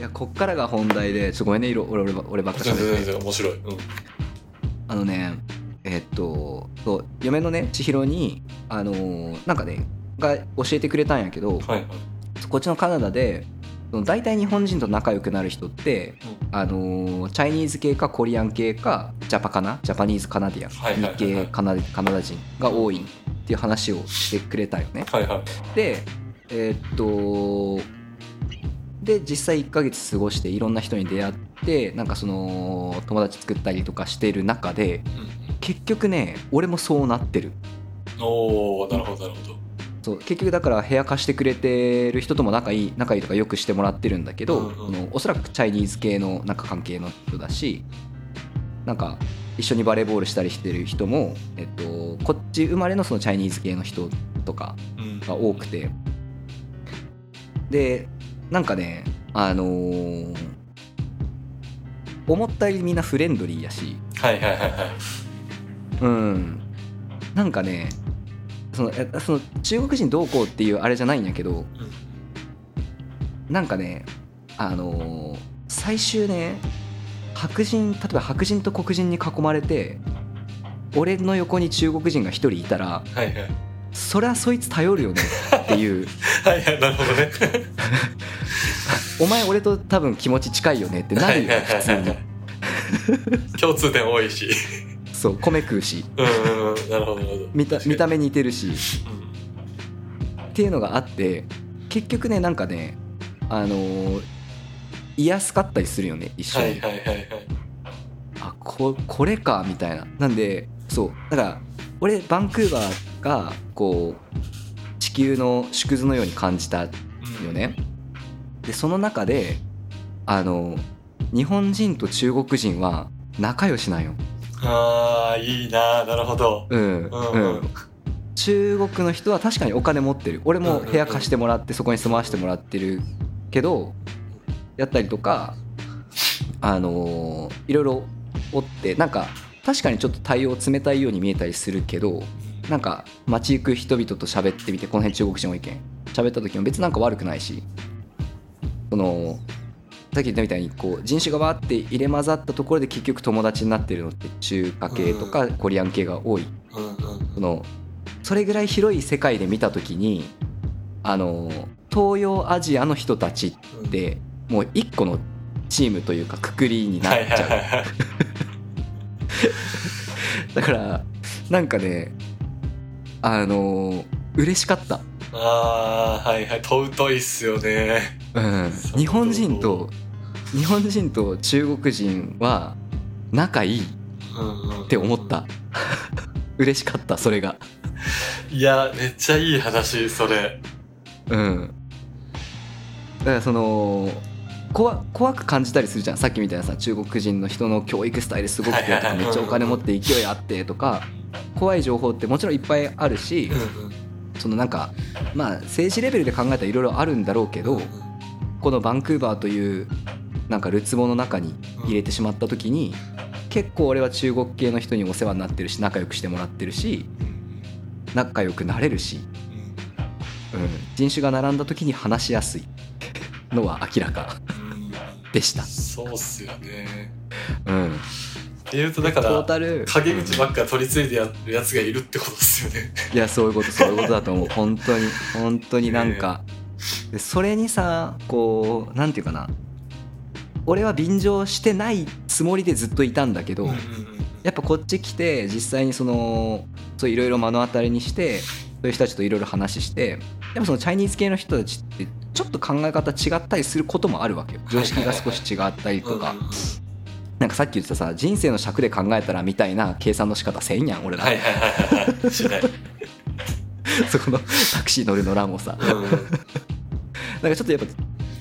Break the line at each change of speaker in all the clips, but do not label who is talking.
やこっからが本題でちょっとごめんね色俺俺ば俺ばっかしゃ
全然
べっ
全
て
然面白い。うん。
あのねえっとそう嫁のね千尋にあのーなんかねが教えてくれたんやけど、
はいはい。
こっちのカナダでその大体日本人と仲良くなる人って、あのーチャイニーズ系かコリアン系かジャパかなジャパニーズカナディアン、
はいはいはいはい
日系カナカナダ人が多いっていう話をしてくれたよね。
はいはい。
でえーっとで実際1ヶ月過ごしていろんな人に出会ってなんかその友達作ったりとかしてる中で
うん
結局ね俺もそうなってる。
おおなるほどなるほど。
そう結局だから部屋貸してくれてる人とも仲いい仲いいとかよくしてもらってるんだけど、
うんうん
あのおそらくチャイニーズ系のなんか関係の人だしなんか一緒にバレーボールしたりしてる人も、えっと、こっち生まれのそのチャイニーズ系の人とか
うん
が多くてでなんかねあのー思ったよりみんなフレンドリーやし
はいはいはいはい。
うん、なんかねそのえその中国人どうこうっていうあれじゃないんやけどなんかねあのー最終ね白人例えば白人と黒人に囲まれて俺の横に中国人が一人いたら
はいはい。
そりゃそいつ頼るよねっていう
はいはい、なるほどね。
お前俺と多分気持ち近いよねって な
は
る
い
よ
はい
ね
は
普
い
通
は
に
い。 共通点多いし。
そう米食うし
うんうんうん、なるほどなるほど。
見た見た
目。
目似てるしっていうのがあって結局ねなんかねあのー、居やすかったりするよね一緒
は
に、
いはいはいはい。
あここれかみたいななんでそうだから俺バンクーバーがこう地球の縮図のように感じたよ
うん。
ねでその中であのー日本人と中国人は仲良しなんよ
ああ、いいな、なるほど。
うん
うんうん。
うん中国の人は確かにお金持ってる俺も部屋貸してもらってそこに住まわしてもらってるけどやったりとかあのーいろいろおってなんか確かにちょっと対応冷たいように見えたりするけどなんか街行く人々と喋ってみてこの辺中国人多いけん喋った時も別になんか悪くないしそのさっき言ったみたいにこう人種がわーって入れ混ざったところで結局友達になってるのって中華系とかコリアン系が多い
うんうん。
そのそれぐらい広い世界で見た時にあの東洋アジアの人たちっ、てもう一個のチームというかくくりになっ
は
ちゃう、
いはいはいはい。
だからなんかねあの嬉しかった、
ああ、はいはい。尊いっすよね。
うん、
そう
日本人と日本人と中国人は仲いいっ
うんうん。って
思った 嬉しかったそれが
いや、めっちゃいい話、それ。
うんだからその怖怖く感じたりするじゃんさっきみたいなさ中国人の人の教育スタイルすごくてと
はいは
か
いはい
めっちゃお金持って勢いあってとか怖い情報ってもちろんいっぱいあるしそのなんかまあ政治レベルで考えたらいろいろあるんだろうけどこのバンクーバーというなんかるつぼの中に入れてしまった時に結構俺は中国系の人にお世話になってるし仲良くしてもらってるし仲良くなれるしうん、人種が並んだ時に話しやすいのは明らかでした。
そうっすよね。
うん、
っていうと、だか
トー
ら、
タル
陰口ばっか取り継いでやるやつがいるってことっすよね。
いやそういうことそういうことだと思う本当に本当になんか、でそれにさこうなんていうかな俺は便乗してないつもりでずっといたんだけど、
うんうん
やっぱこっち来て実際にそのそういろいろ目の当たりにしてそういう人たちといろいろ話してやっぱそのチャイニーズ系の人たちってちょっと考え方違ったりすることもあるわけよ常識が少し違ったり
うん
とか
うんうん
なんかさっき言ってたさ人生の尺で考えたらみたいな計算の仕方せんやん俺ら、
はいはいはいはい。しない。
そこの タクシー乗るのらもさ
うんうん
なんかちょっとやっ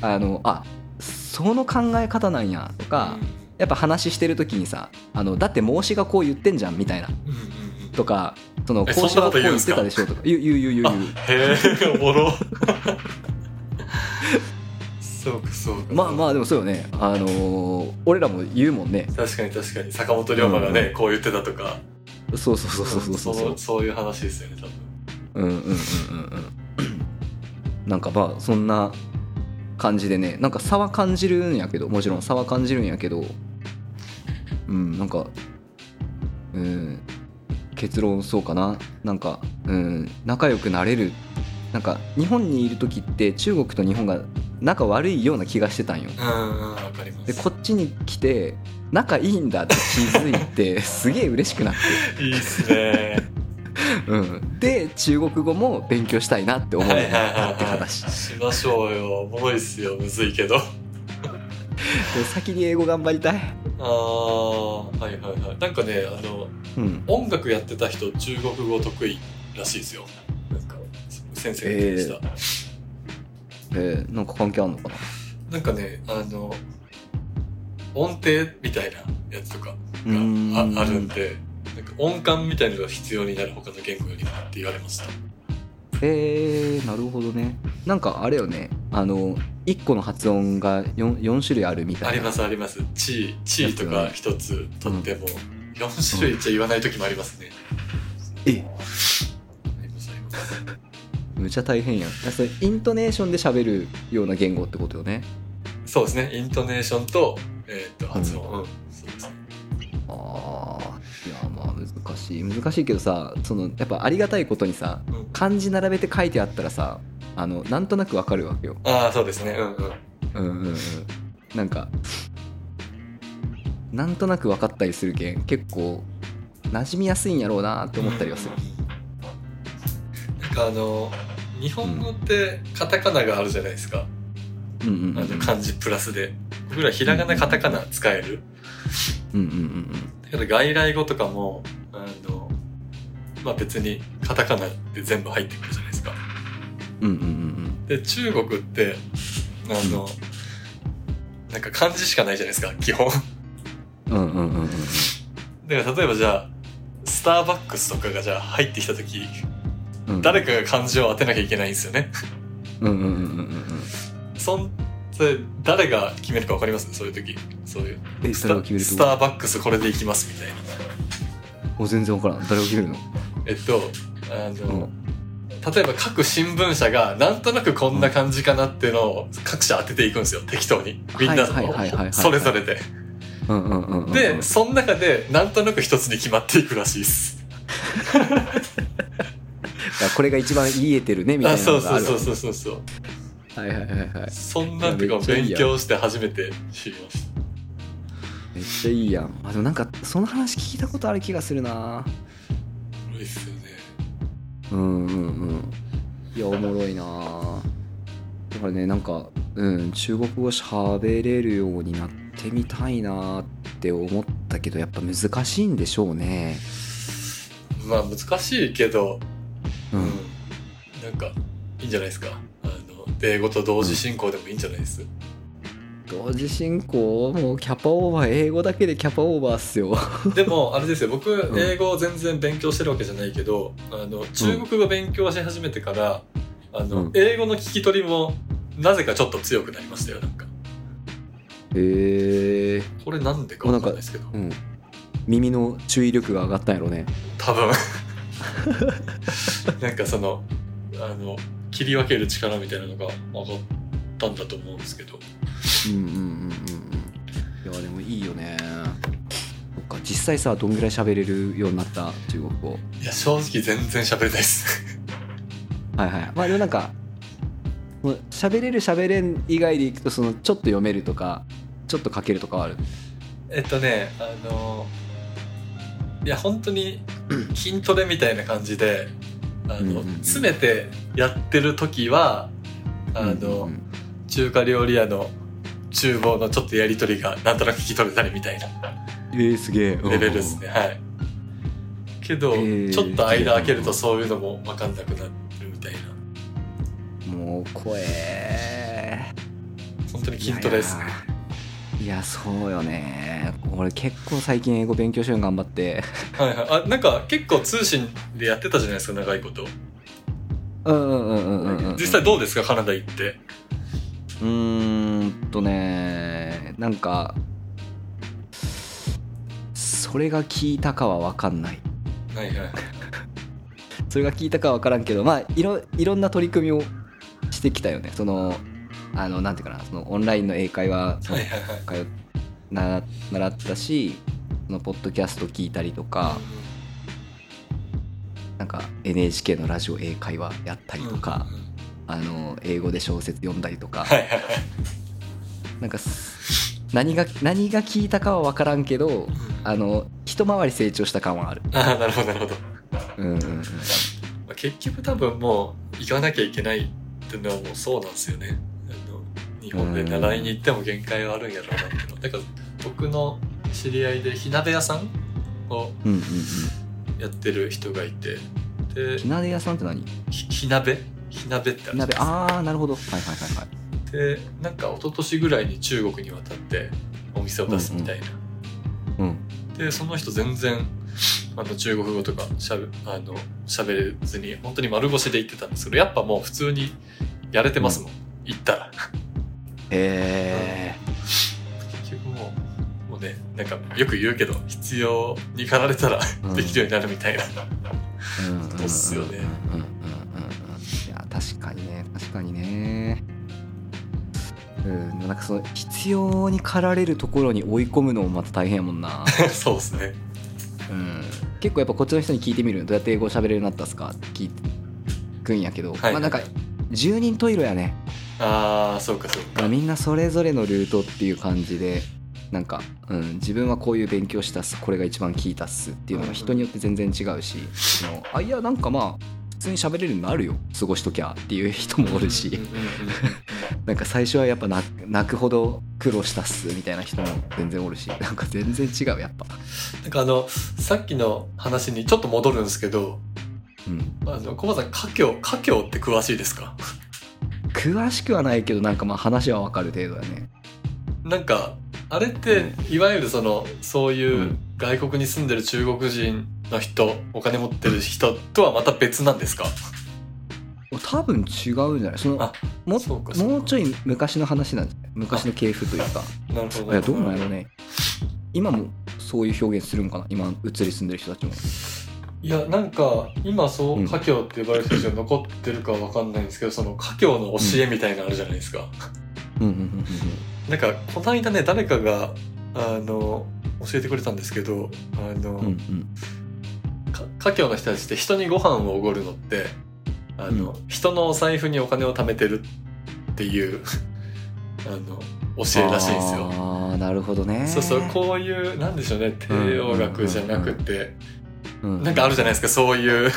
ぱあのあその考え方なんやとか、やっぱ話してる時にさあのだって孟子がこう言ってんじゃんみたいな
うんうんうん
とかその
え
孔子はこ
そ
うん
なこと言うん
言っ
すか
てたでしょとか言う言う言う言う
あ
言う
へえおもろそうかそうか
まあまあでもそうよねあのー俺らも言うもんね
確かに確かに坂本龍馬がね、こう言ってたとか
そうそうそうそうそうそう
のそういう話ですよね多
う
分
んうんうんうんうんなんかまあそんな感じでねなんか差は感じるんやけどもちろん差は感じるんやけどうんなんかうん結論そうかななんかうん仲良くなれるなんか日本にいる時って中国と日本が仲悪いような気がしてたんよ
うんうんわかりま
ですこっちに来て仲いいんだって気づいてすげえ嬉しくなって
いいっすね
うん、で中国語も勉強したいな って思うようになったって話
しましょうよおもろいっすよむずいけど
で先に英語頑張りたい、
あーはいはいはいなんかねあの
うん、
音楽やってた人中国語得意らしいですよなんか先生が言ってました、
えーなんか関係あんのかな
なんかねあの音程みたいなやつとか
うーん
がああるんでなんか音感みたいなのが必要になる他の言語よりもって言われ ました
えー、なるほどねなんかあれよねあの1個の発音が 4, 四種類あるみたいな
ありますあります地位地位とか一つとっても4種類じゃ言わない時もありますね
え
ありますあります
むちゃ大変やんだからそれイントネーションで喋るような言語ってことよね
そうですねイントネーションと,、えー、と発音、うんそうですね
あーいやまあ難しい難しいけどさそのやっぱありがたいことにさ
うん
漢字並べて書いてあったらさあのなんとなくわかるわけよ
ああそうですねうんうん
うんうんうんなんかなんとなく分かったりするけん結構馴染みやすいんやろうなって思ったりはする、
なんかあの日本語ってカタカナがあるじゃないですか、
うん、うんうんうん
あの漢字プラスで僕らひらがなカタカナ使える
うんうんうん
だから外来語とかもあのまあ別にカタカナで全部入ってくるじゃないですか
うんうんうん
で中国ってあのなんか漢字しかないじゃないですか基本
うんうんうんうんうん
だから例えばじゃあスターバックスとかがじゃあ入ってきた時
うん
誰かが漢字を当てなきゃいけないんですよね
うんうんうんうんうん
そんそれ誰が決めるか分かりますそういう時そういう
え
ス
それ
タ
を決める
ス
と
タ
こ
ーバックスこれでいきますみたいな
お全然分からん誰を決めるの
えっとあ
うん
の、例えば各新聞社がなんとなくこんな感じかなっていうのを各社当てていくんですよ適当にみんな
はいはいはいはいはい
のそれぞれで
うんうんうんうんうん
でその中でなんとなく一つに決まっていくらしいです
あこれが一番言えてるねみた
あ
いな
そ
の
う
が
そ
あ
う
る
そうそうそうそう
はいはいはいはい
そんなんとかを勉強して初めて知りまし
めっちゃいいやんあでもなんかその話聞いたことある気がするな
たすごいっすよね
うんうんうんいやおもろいなだからねなんか、うん、中国語喋れるようになってみたいなって思ったけどやっぱ難しいんでしょうね
まあ難しいけど
う、
うんんなんかいいんじゃないですかあの英語と同時進行でもいいんじゃないです、
同時進行もうキャパオーバー英語だけでキャパオーバーっす よ
でもあれですよ僕
ん
英語を全然勉強してるわけじゃないけどあの中国語勉強し始めてから、あの
うん
英語の聞き取りもなぜかちょっと強くなりましたよなんか
へえ
これなんでかわかんないですけど
うん耳の注意力が上がったんやろね
多分 なんかそのあの切り分ける力みたいなのが上がったんだと思うんですけど
うんうんうんうんうんいやでもいいよねそっか実際さどんぐらい喋れるようになった中国語
いや正直全然喋れないです
はいはいまあでもなんかもう喋れる喋れん以外でいくとそのちょっと読めるとかちょっと書けるとかはある
えっとねあのいや本当に筋トレみたいな感じであ
うんうん
の
うん
詰めてやってる時はあ
う
の
ん
中華料理屋の厨房のちょっとやり取りがなんとなく聞き取れたりみたいな
えー、すげえ
レベルですね、はいけど、
えー
ちょっと間開けるとそういうのも分かんなくなるみたいな
もう声
本当に筋トレですね
いやいやそうよね俺結構最近英語勉強しように頑張って
はいはいあなんか結構通信でやってたじゃないですか長いこと、
うんうんうんうんうん、うん、
実際どうですかカナダ行って
うーんとねなんかそれが効いたかは分かんない
はいはい
それが効いたかは分からんけどまあいろいろんな取り組みをしてきたよねそのあのなんていうかなそのオンラインの英会話その
はいはいはい
通っな習ったしそのポッドキャスト聞いたりとかなんか NHK のラジオ英会話やったりとか、
うんうんうん
あの英語で小説読んだりとか
はいはいはい
なんかす何が何が聞いたかは分からんけどあの一回り成長した感はある。
ああなるほどなるほど
うんうんうん
まあ結局多分もう行かなきゃいけないっていうのはもうそうなんですよねあの日本で習いに行っても限界はあるんやろうなっていうのだから僕の知り合いで火鍋屋さんを
うんうんうん。
やってる人がいてで
火鍋屋さんって何？
ひ火鍋火鍋って
火
あるじゃない
鍋
ですか
ああなるほど。はいはいはいはい。
でなんか一昨年ぐらいに中国に渡ってお店を出すみたいな、
うん
でその人全然あの中国語とかしゃべあのしゃべれずに本当に丸腰で言ってたんですけどやっぱもう普通にやれてますもん、行ったら
へえ
結局もうもうねなんかよく言うけど必要に駆られたら
うん
できるようになるみたいな、
うん うんうんうんうんうんうん
そうっすよね
いや確かにね確かにねうんなんかその必要に駆られるところに追い込むのもまた大変やもん な、
そうですね
うん、結構やっぱこっちの人に聞いてみるのどうやって英語喋れるようになったっすかって聞くんやけど、
はい
まあなんか10人十色やね、
ああそうかそう
ま
か
あ、みんなそれぞれのルートっていう感じでなんか、うん、自分はこういう勉強したっすこれが一番効いたっすっていうのが人によって全然違うし、そのあいやなんかまあ普通に喋れるようになるよ過ごしときゃっていう人もおるし、
うんうんうんうん
なんか最初はやっぱ泣く泣くほど苦労したっすみたいな人も全然おるしなんか全然違うやっぱ。
なんかあのさっきの話にちょっと戻るんですけど
うん、
あの小林さん家境家境って詳しいですか
詳しくはないけどなんかまあ話はわかる程度だね。
なんかあれっていわゆるそのそう
う
いうん外国に住んでる中国人の人お金持ってる人とはまた別なんですか
多分違うんじゃないその
あ
も
そうかそうか
もうちょい昔の話なんじゃない昔の系譜というか。
なるほ
いやどうなんやろうね今もそういう表現するんかな今移り住んでる人たちも
いやなんか今そううん家教って呼ばれる人たちが残ってるかわかんないんですけどその家教の教えみたいなのあるじゃないですか、
うんうんうん
なんかこの間ね誰かがあの教えてくれたんですけどあの、
うんうん
か家教の人たちって人にご飯をおごるのってあの、人のお財布にお金を貯めてるっていう あの教えらしいんですよ。
ああなるほどね
そうそうこういうなんでしょうね帝王学じゃなくて
う、ん
なんかあるじゃないですかそういう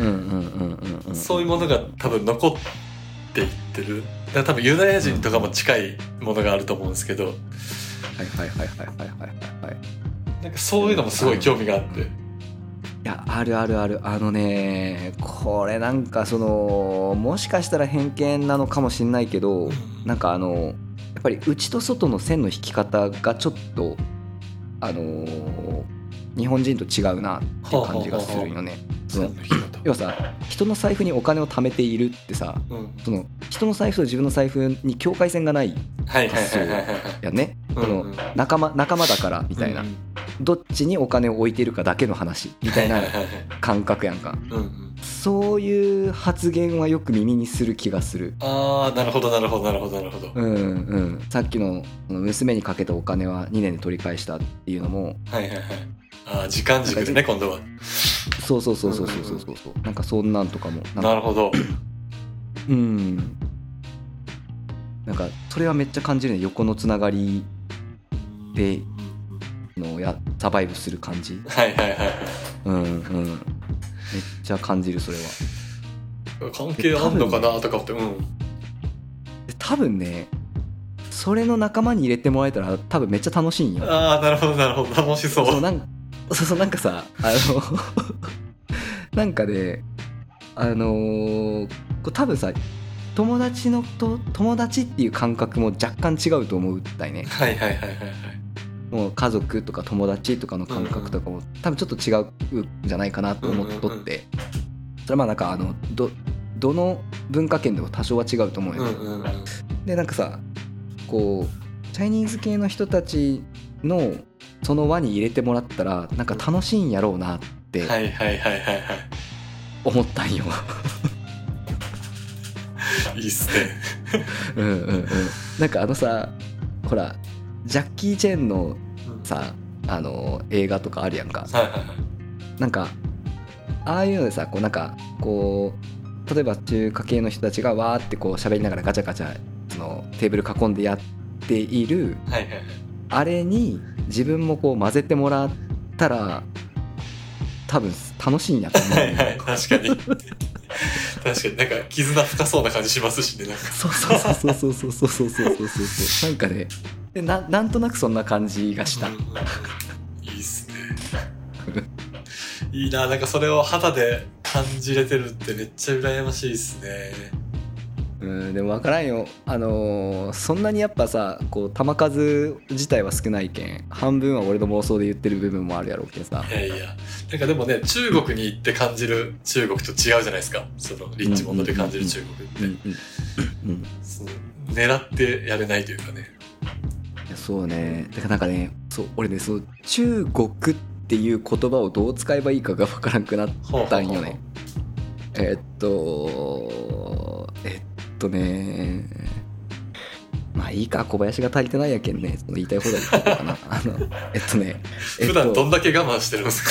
うんうんうんうんうん
そういうものが多分残っていってる。だから多分ユダヤ人とかも近いものがあると思うんですけど、
はいはいはいはいはいはいはい
なんかそういうのもすごい興味があって。
いやあるあるあるあのねこれなんかそのもしかしたら偏見なのかもしんないけどなんかあのやっぱり内と外の線の引き方がちょっとあのー日本人と違うなっていう感じがするよね。その要はさ人の財布にお金を貯めているってさ
うんうん
その人の財布と自分の財布に境界線がない
はいはいはいはいはい。
やんねその
うんうん
仲間仲間だからみたいな、
うんうん
どっちにお金を置いてるかだけの話みたいな
はいはいはいはい
感覚やんか
うんうん
そういう発言はよく耳にする気がする。
ああなるほどなるほどなるほどなるほど。
うんうん、さっきのその娘にかけたお金は2年で取り返したっていうのも
はいはいはい。ああ時間軸でね今度は。
そうそうそうそうそうそうそうそうなんかそんなんとかもなんか
なるほど。
うんなんかそれはめっちゃ感じるね横のつながりでのやサバイブする感じ
はいはいはい。
うんうんめっちゃ感じるそれは
関係あんのかなとかってうん。
で多分ねそれの仲間に入れてもらえたら多分めっちゃ楽しいんよ
ああなるほどなるほど楽しそう。
そうなんそうそうなんかさあの なんかねあのーこう多分さ友達のと友達っていう感覚も若干違うと思うんだよね
はいはいはいはいはい。
もう家族とか友達とかの感覚とかも多分ちょっと違うんじゃないかなと思っと
うんうんう
っ
ん
てそれはまあなんかあのどどの文化圏でも多少は違うと思う
う
よ、
んうんうん。はい
でなんかさこうチャイニーズ系の人たちのその輪に入れてもらったらなんか楽しいんやろうなって
はいはいはいはい。
思ったんよ、
いいっすね。
うんうんうんなんかあのさほらジャッキー・チェンの
うん
さあの映画とかあるやんか
はいはいはい。
なんかああいうのでさこうなんかこう例えば中華系の人たちがわーってこう喋りながらガチャガチャそのテーブル囲んでやっている
はいはいはい。
あれに自分もこう混ぜてもらったら多分楽しいんやと思う
は
ね
いはい、確かに。確かになんか絆深そうな感じしますしね、なんか。
そうそうそうそうそうそうそうそうそうそうそうなんかねでななんとなくそんな感じがした
うんうんうんいいっすね。いいな、なんかそれを肌で感じれてるってめっちゃ羨ましいっすね。
うんでも分からんよあのーそんなにやっぱさこう球数自体は少ないけん半分は俺の妄想で言ってる部分もあるやろうけどさ
いやいや。なんかでもね、中国に行って感じる中国と違うじゃないですか。その、リッチモンドで感じる中国って。
うんうんうん
その狙ってやれないというかね。
いやそうねだからなんかねそう俺ねそう中国っていう言葉をどう使えばいいかが分からんくなっ
ほう
た
ほうんほ
よ
う
ねえっとえっとねまあいいか小林が足りてないやけんねその言いたい放題言ってこうかなあのえっとねえっと
普段どんだけ我慢してるんですか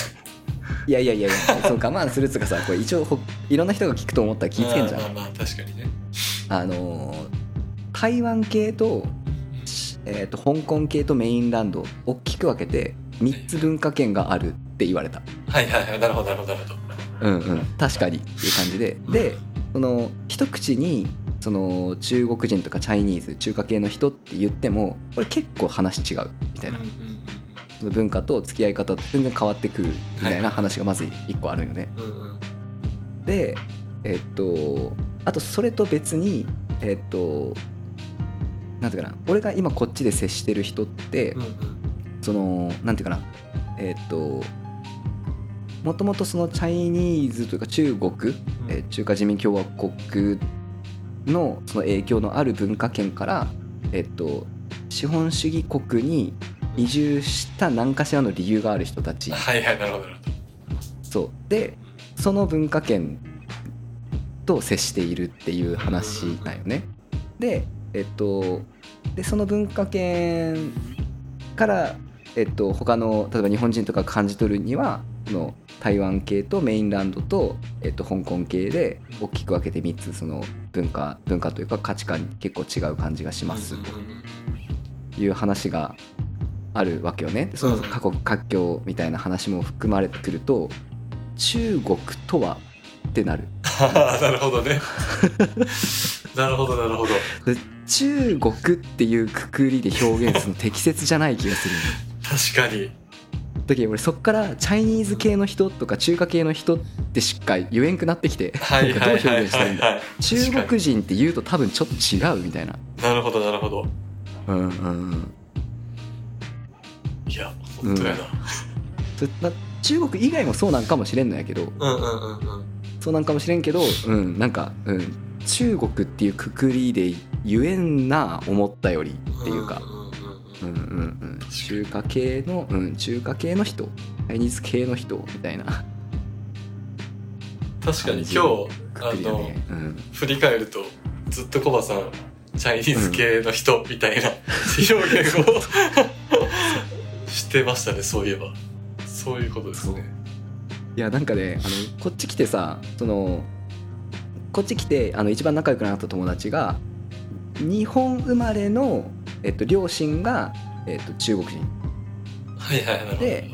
いやいやいやいやそう我慢するっつうかさこれ一応ほいろんな人が聞くと思ったら気ぃつけんじゃん
まあまあまあ確かにね。
あのー台湾系と,、えー、と香港系とメインランド大きく分けて3つ文化圏があるって言われた、
はいはいはい。なるほどなるほどなるほど。
うんうん、確かにっていう感じででその一口にその中国人とかチャイニーズ中華系の人って言ってもこれ結構話違うみたいな
うんうんうん
その文化と付き合い方って全然変わってくるみたいな話がまず1個あるよね。
うんうんうん
でえっとあとそれと別にえっとなんていうかな俺が今こっちで接してる人って、
うんうん
そのなんていうかなえっともともとそのチャイニーズというか中国、
うん
えー中華人民共和国のその影響のある文化圏から、えっと、資本主義国に移住した何かしらの理由がある人たち
はいはい、なるほどなるほど。
そうでその文化圏と接しているっていう話なんよね。で,、えっと、でその文化圏から、えっと、他の例えば日本人とか感じ取るにはその台湾系とメインランドと、えっと、香港系で大きく分けて3つその文化文化というか価値観結構違う感じがします
うんうんうん
いう話があるわけよねその
うん
過去活況みたいな話も含まれてくると中国とはってなる
あ ーなるほどね。なるほどなるほど。
で中国っていうくくりで表現するの適切じゃない気がす る
確かに。
だけど俺そっからチャイニーズ系の人とか中華系の人ってしっかり言えんくなってきて
はいは
ど
い
う
は
表
い
現した
は
らいい
い
んだ
はい。
中国人って言うと多分ちょっと違うみたいな
なるほどなるほど。
うんうんうん
いや、本当やな。
それな中国以外もそうなんかもしれんのやけど
うんうんうんうん。
そうなんかもしれんけど、うん、なんか、うん、中国っていうくくりで言えんな思ったよりっていうか、
んうん
う
う
う
ん
んんうん、中華系の、うん、中華系の人チャイニーズ系の人みたいな
うん確かに今日、
く
あ
くりだ
の、
ね、うん、
振り返ると、ずっとコバさん、チャイニーズ系の人みたいな表現を してましたね、そういえば。そういうことですね。
いやなんかねあのこっち来てさそのこっち来てあの一番仲良くなった友達が日本生まれの、えっと、両親が、えっと、中国人
はいはい、なるほど。
で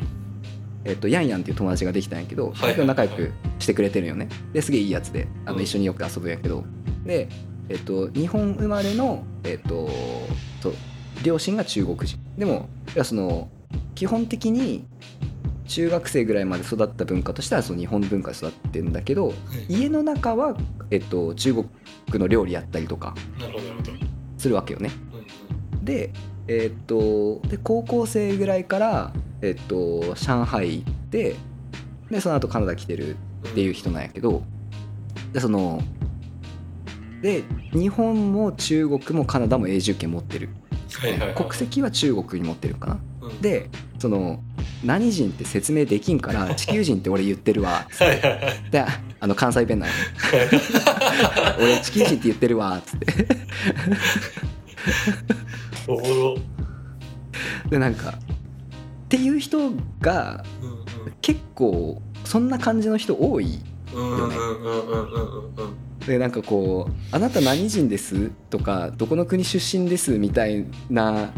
えっと、ヤンヤンっていう友達ができたんやけど、
はい
結構仲良くしてくれてるんよねですげえいいやつであ
う
の
ん
一緒によく遊ぶんやけど、で、えっと、日本生まれの、えっと、そう両親が中国人でもいやその基本的に中学生ぐらいまで育った文化としてはその日本文化で育ってんだけど家の中は、えっと、中国の料理やったりとか
なるほど、なるほど。
するわけよね
うんうん
で,、えーっとで高校生ぐらいから、えーっと上海行ってでその後カナダ来てるっていう人なんやけどでそので日本も中国もカナダも永住権持ってる、
はいはいはい、
国籍は中国に持ってるかな
うん、
で その何人って説明できんから地球人って俺言ってるわ
はいはいはい
であの関西 弁なんよ俺チキン人って言ってるわっつって
おもろ。
でなんかっていう人が
うん
結構そんな感じの人多い
うん。うんうんうんうんうんうん。
でなんかこう「あなた何人です?」とか「どこの国出身です?」みたいな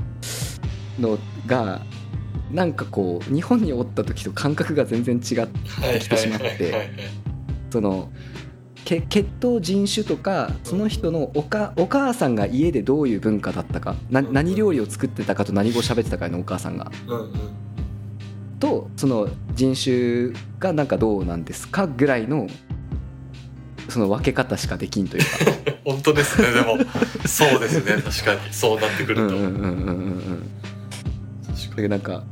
のがなんかこう日本におった時と感覚が全然違って
はい。
来てしまって。そのけ血統人種とかその人のおかお母さんが家でどういう文化だったかな
うん
何料理を作ってたかと何語喋ってたかのお母さんが
うんうん。
とその人種がなんかどうなんですかぐらいのその分け方しかできんという か。
本当ですね、でも。そうですね、確かに。そうなって
う
く
ん
る
う
と。
んうんうんうんうんだけ
確か
ど
に
なんか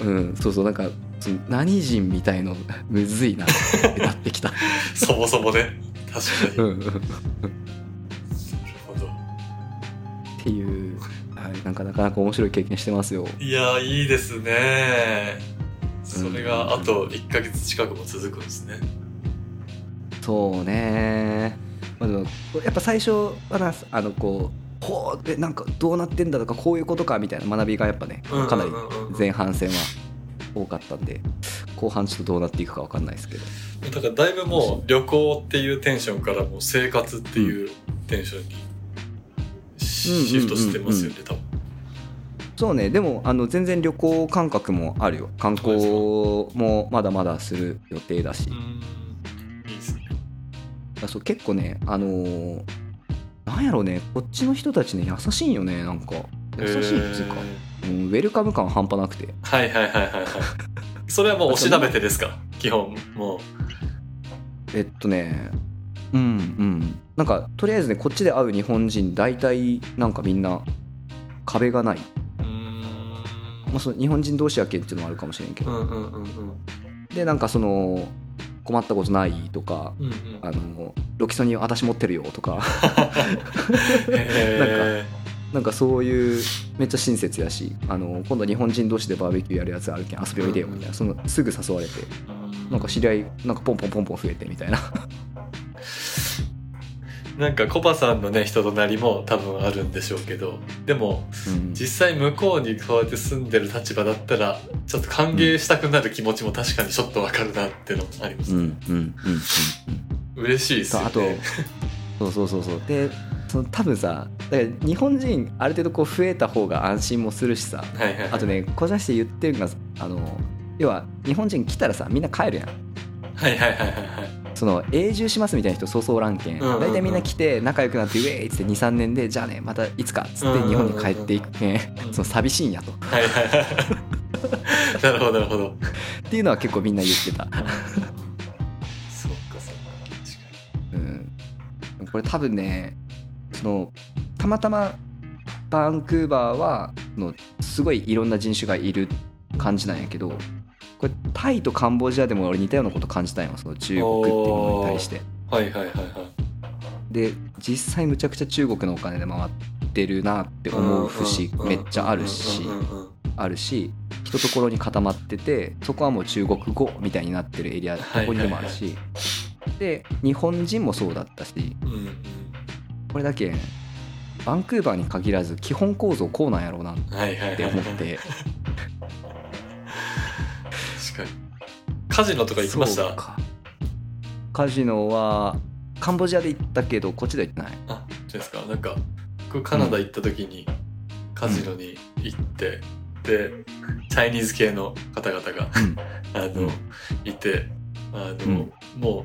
うんそうそうなんかその何人みたいの むずいなってなってき た
そもそもね。確か
う
に。
んうんっ
なるほど。
ていう、はい、なんかなかなか面白い経験してますよ
いやーいいですねそ
う
れ
ん
があと1ヶ月近くも続くんですね
そうねまあでもやっぱ最初はなあのこうほうえなんかどうなってんだとかこういうことかみたいな学びがやっぱねかなり
うんうんうんうん
前半戦は多かったんで後半ちょっとどうなっていくか分かんないですけど
だからだいぶもう旅行っていうテンションからもう生活っていうテンションにシフトしてますよね多分
そうねでもあの全然旅行感覚もあるよ観光もまだまだする予定だし、
うんいいですね
あそう結構ねあのーなんやろうねこっちの人たちね優しいんよねなんか優しいっつうか、
え
うん、ウェルカム感半端なくて
ーはいはいはいはいはいそれはもうお調べてですか基本もう
えっとねうんうんなんかとりあえずねこっちで会う日本人大体なんかみんな壁がない、
うーん
まあ、その日本人同士やけんっていうのもあるかもしれんけ
う
ど、
んうんうんうん
でなんかその困ったことないとか
うんうん
あのロキソニン私持ってるよとか
へ
なんかそういうめっちゃ親切やしあの今度日本人同士でバーベキューやるやつあるけん遊びおいでよみたいなそのすぐ誘われて
ー
なんか知り合いなんかポンポンポンポン増えてみたいな
なんかコバさんのね人となりも多分あるんでしょうけどでも
うん
実際向こうにこうやって住んでる立場だったらちょっと歓迎したくなる気持ちも確かにちょっとわかるなっていうのもあります、
うんうんうんうん
嬉しいです
そう
よ
あと
ね
そうそうそうそうでその多分さだから日本人ある程度こう増えた方が安心もするしさ
はいはい
あとね小出して言ってるのがあの要は日本人来たらさみんな帰るやん
はいはいはいはいはい
その永住しますみたいな人そうそうおらんけん
うんうんうん
大体みんな来て仲良くなってウェーイっつって23年でじゃあねまたいつかっつって日本に帰っていくけん
うんうんうん
その寂しいんやとっ
はいはいはい なるほどなるほど
ていうのは結構みんな言ってた、
そうかそうか確
うん、これ多分ねそのたまたまバンクーバーはそのすごいいろんな人種がいる感じなんやけどこれタイとカンボジアでも俺似たようなこと感じたんよその中国っていうものに対して
かにはいはいはいは
で実際むちゃくちゃ中国のお金で回ってるなって
い
思う節
んんん
めっちゃあるし
うんうんうん
あるし一ところに固まっててそこはもう中国語みたいになってるエリアどこにでもあるし、で日本人もそうだったし
うんうん
これだけバンクーバーに限らず基本構造こうなんやろうなっ
うんはいはいはい
て
はい
思って
確かにカジノとか行きまし
そう
た
かカジノはカンボジアで行ったけどこっちでは行ってない
あそうですかなんか僕カナダ行った時にカジノに行って、でチャイニーズ系の方々が あの、
うん
いてあ
う
の、も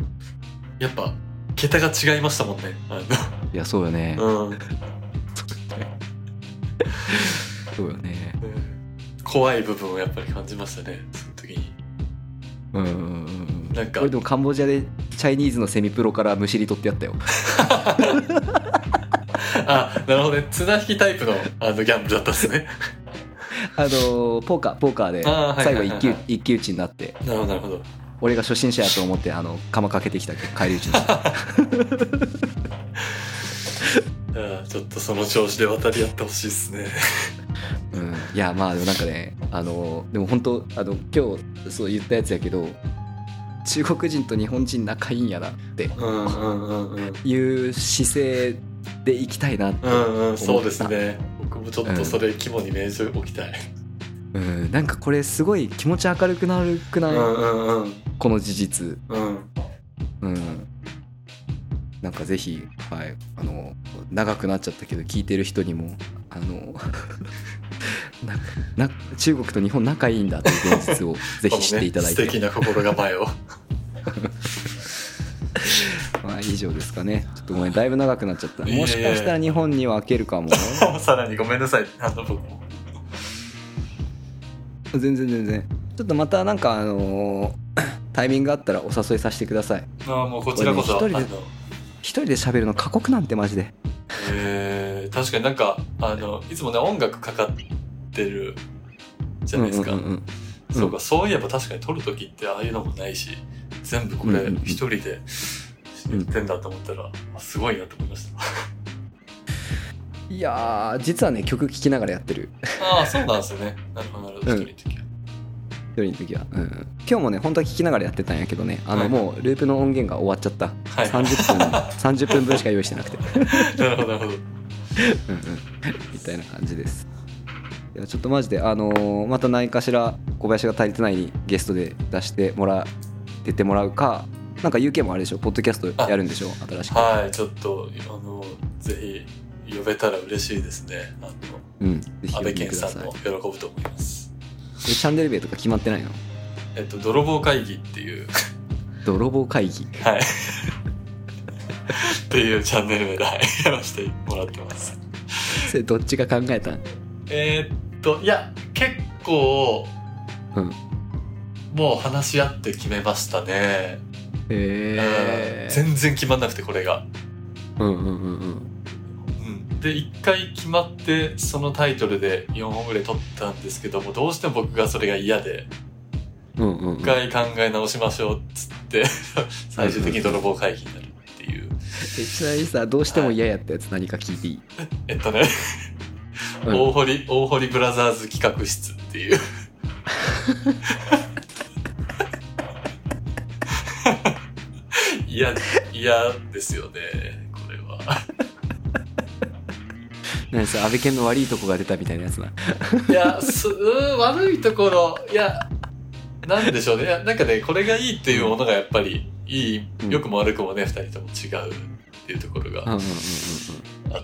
うやっぱ桁が違いましたもんねあ
いやそうよね
の、うん、
そうよね
怖い部分をやっぱり感じましたねその時に
うんうんうんうん
なんか
俺でもカンボジアでチャイニーズのセミプロからむしり取ってや ったよ
あなるほどね綱引きタイプのあのギャンブルだったんですね
あのポーカーポーカーで
あーはいはいはい
最後一騎打一騎打ちになって
なるほどなるほど
俺が初心者やと思ってあの釜かけてき たけど返り討ちにした
あちょっとその調子で渡り合ってほしいですね
うん、いやまあでもなんかねあのでも本当あの今日そう言ったやつやけど中国人と日本人仲いいんやなって
うんうんうんうん
いう姿勢でいきたいなって、
うんうんそうですね僕もちょっとそれ肝に銘じておきたい
うん、なんかこれすごい気持ち明るくなるく
う
ない、
んうんうん
この事実
うん
うんなんかぜひ、はい、あの長くなっちゃったけど聞いてる人にもあの なな中国と日本仲いいんだっていう現 実をぜひ知っていただい
こ
て、
のね素敵な心構えを
まあ、以上ですかねちょっとごめんだいぶ長くなっちゃった
いえいえ
もしかしたら日本には開けるか も
さらにごめんなさいあの僕も
全然全然ちょっとまたなんかあの タイミングあったらお誘いさせてください
ああもうこちらこそ
これね一
あ
人で
の
一人で喋るの過酷なんてマジで
えー確かになんかあのいつもね音楽かかってるじゃないですか、
うんうんうんうん
そうかそういえば確かに撮る時ってああいうのもないし全部こ
うん
れ
うんうん
一人でやってんだと思ったら、あすごいなと思いました
いやー実はね曲聴きながらやってる
ああそうなんですね なるほどなるほど
うん
一人
一人の
の時は
時は、うん、今日もね本当は聞きながらやってたんやけどねあの、
はい
もうループの音源が終わっちゃった、
はい
30分 30分分しか用意してなく てうん、うん、
なるほどなるほど
みたいな感じですいやちょっとマジであのーまた何かしら小林が足りてないにゲストで出してもら出てもらうかなんか UK もあれでしょポッドキャストやるんでしょ新しく、
はいちょっとあのぜひ呼べたら嬉しいですねあの
うんぜひ
安
呼ん
倍
で
健
く
さ
だ
ん
さい
も喜ぶと思います
えチャンネル名とか決まって ないの
えっと泥棒会議っていう
泥棒会議
はい。っていうチャンネル名で、はい、やらせてもらってます。
それどっちが考えたん
えーっと、いや、結構、
うん
もう話し合って決めましたね。
へえ
うん全然決まんなくて、これが。
うんうんうんうん
うん、で、一回決まって、そのタイトルで4本ぐらい撮ったんですけども、どうしても僕がそれが嫌で、
うんうんうん
一回考え直しましょうっつって、 最終的に泥棒会議になるっていう。
えちなみにさどうしても嫌やったやつ何か聞いていい、
えっとね、
うん
大堀、大堀ブラザーズ企画室っていう。いや、いやですよね、これは。
何さ安倍健の悪いとこが出たみたいなやつない
や、す、 うーん悪いところ、いや、なんでしょうね。いやなんかね、これがいいっていうものがやっぱり、いい
うん、
良くも悪くもね、二人とも違うっていうところが
うんうんうんうん
あって。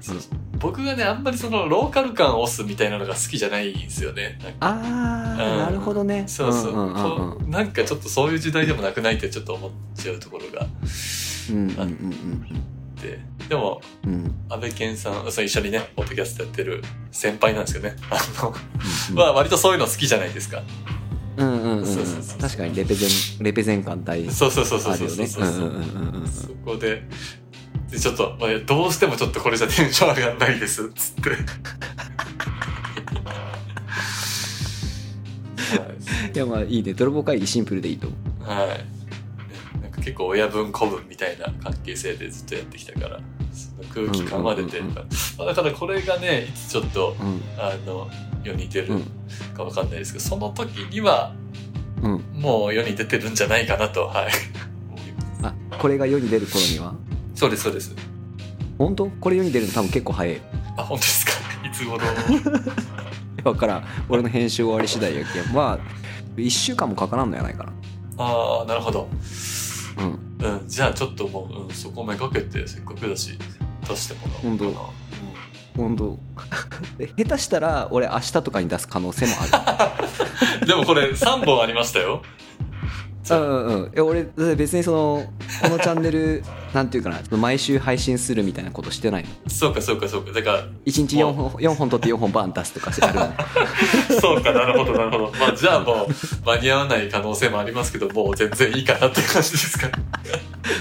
そう僕がね、あんまりそのローカル感を押すみたいなのが好きじゃないんですよね。なんか
あー、
うん
なるほどね
そうそう,、
んんうんうん
こうなんかちょっとそういう時代でもなくないってちょっと思っちゃうところがあ
うんうんうん
ってでも
うんうん
安倍健さんそう一緒にねポッドキャストやってる先輩なんですよねあの、
うん
まあ割とそういうの好きじゃないですか
うんうんうん
そうそうそう
確かにレペゼンレペゼン感大事
そうそうそうそう
あ
そ
る
う
よ
そ
ね
うそう
うんうんうんうんうん
そこででちょっと、まあ、どうしてもちょっとこれじゃテンション上がんないですっつって はい
いやまあいいね泥棒会議シンプルでいいと思う
はい、ねなんか結構親分子分みたいな関係性でずっとやってきたからその空気感までて、
うんうんうん
まあ、だからこれがねいつちょっと
うん
あの世に出る
うん
かわかんないですけどその時には
うん
もう世に出てるんじゃないかなとはい思います
あこれが世に出る頃には
そうですそうです
本当これ世に出るの多分結構早い
あ本当ですかいつ頃
だからん俺の編集終わり次第やけんまあ1週間もかからんのやないか
ああなるほど、
なうん
うん、じゃあちょっともう、うん、そこめがけてせっかくだし出してもらおうかな
本本 当で下手したら俺明日とかに出す可能性も ある
うんでもこれ3本ありましたよ
うんうんうんいや俺だって別にそのこのチャンネルなんていうかな毎週配信するみたいなことしてないの
そうかそうかそうかだから
1日4本四本撮って4本バン出すとかしてる の
そうかなるほどなるほ ど。まあじゃあもう間に合わない可能性もありますけどもう全然いいかなって感じですか。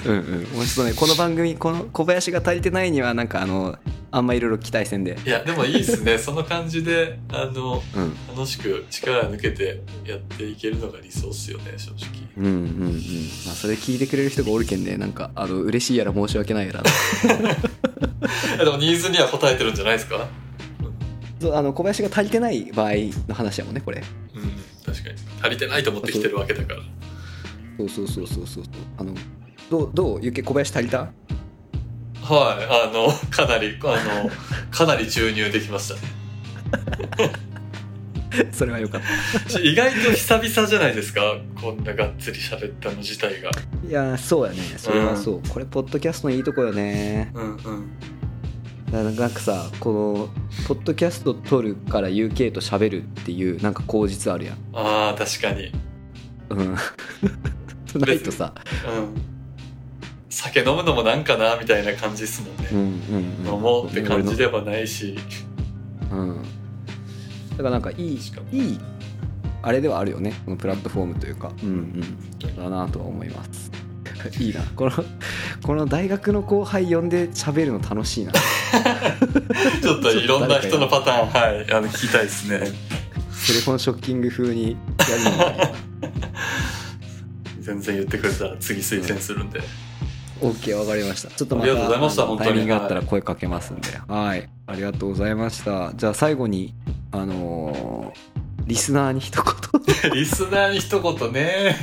うんうんもうちょっとねこの番組この小林が足りてないにはなんかあのあんまいろいろ期待せんで
いやでもいいです ねその感じであの
うん
楽しく力抜けてやっていけるのが理想っすよね正直。
うんうんうん、まあ、それ聞いてくれる人がおるけんでなんかあの嬉しいやら申し訳ないや ら
いや でもニーズには応えてるんじゃないですか。
そうあの小林が足りてない場合の話やもんねこれ
うん確かに足りてないと思ってきてるわけだから。
そうそうそうそうそうあのどうどうゆけ小林足りた
はい、あの、 かなり、あの、かなり注入できましたね。
それはよかっ
意外と久々じゃないですか、こんながっつり喋ったの自体が。
たいやーそうやねそれはそう、これポッドキャストのいいとこよね
うんうん。
だからなんかさこのポッドキャスト撮るから UK と喋るっていうなんか口実あるやん
ああ、確かに。
うん ないとさ
うん。酒飲むのもなんかな、みたいな感じですもんね
う。んうんうん
飲もうって感じではないし。
うんだからなんかいい
確か
いいあれではあるよねこのプラットフォームというかうんうんだなとは思います いいなこのこの大学の後輩呼んで喋るの楽しいな
ちょっといろんな人のパターン、はい、あの、聞きたいですね。
テレフォンショッキング風にやるのもいいな
全然言ってくれたら次推薦す るんで。
OK わかりましたちょっとま
ありがとうございました
あの
本当
タ
に
イミングがあったら声かけますんではいありがとうございましたじゃあ最後にあのーリスナーに一言
リスナーに一言ね。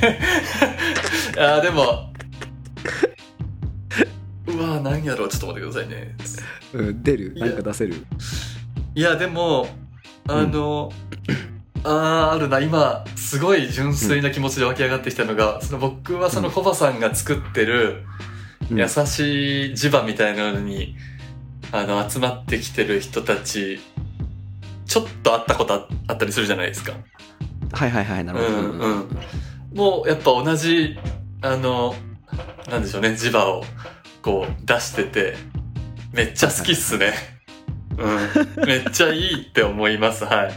あーでも。うわー、何やろう、ちょっと待ってくださいね。
うん出るなんか出せる
いや、でも、あの、あーあるな、今、すごい純粋な気持ちで湧き上がってきたのが、その僕はそのコバさんが作ってる、
うん
優しい磁場みたいなのに、あの、集まってきてる人たち、ちょっと会ったことああったりするじゃないですか。
はいはいはいなるほど、
うんうんもうやっぱ同じあのなんでしょうね磁場をこう出しててめっちゃ好きっすね、うん、めっちゃいいって思いますはい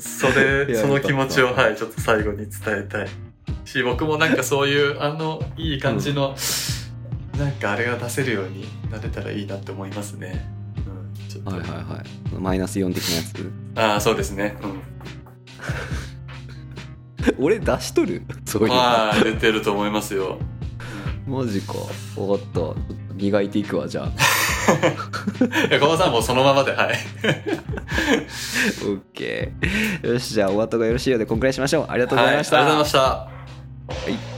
そ
い
れ
や
その気持ち
よ
を
かった
はいちょっと最後に伝えたいし僕もなんかそういうあのいい感じの、なんかあれが出せるようになれたらいいなって思いますね、うん、ちょっと、
はいはいはいマイナス4的なやつ
ああそうですねうん
俺出しとるそういうの
まあ出てると思いますよ
マジか分かったちょっと磨いていくわじゃあ
いや、小川さんもうそのままで、はい。
オッケーよしじゃあお後がよろしいようでこんくらいしましょうありがとうございました、
はいありがとうございました。
はい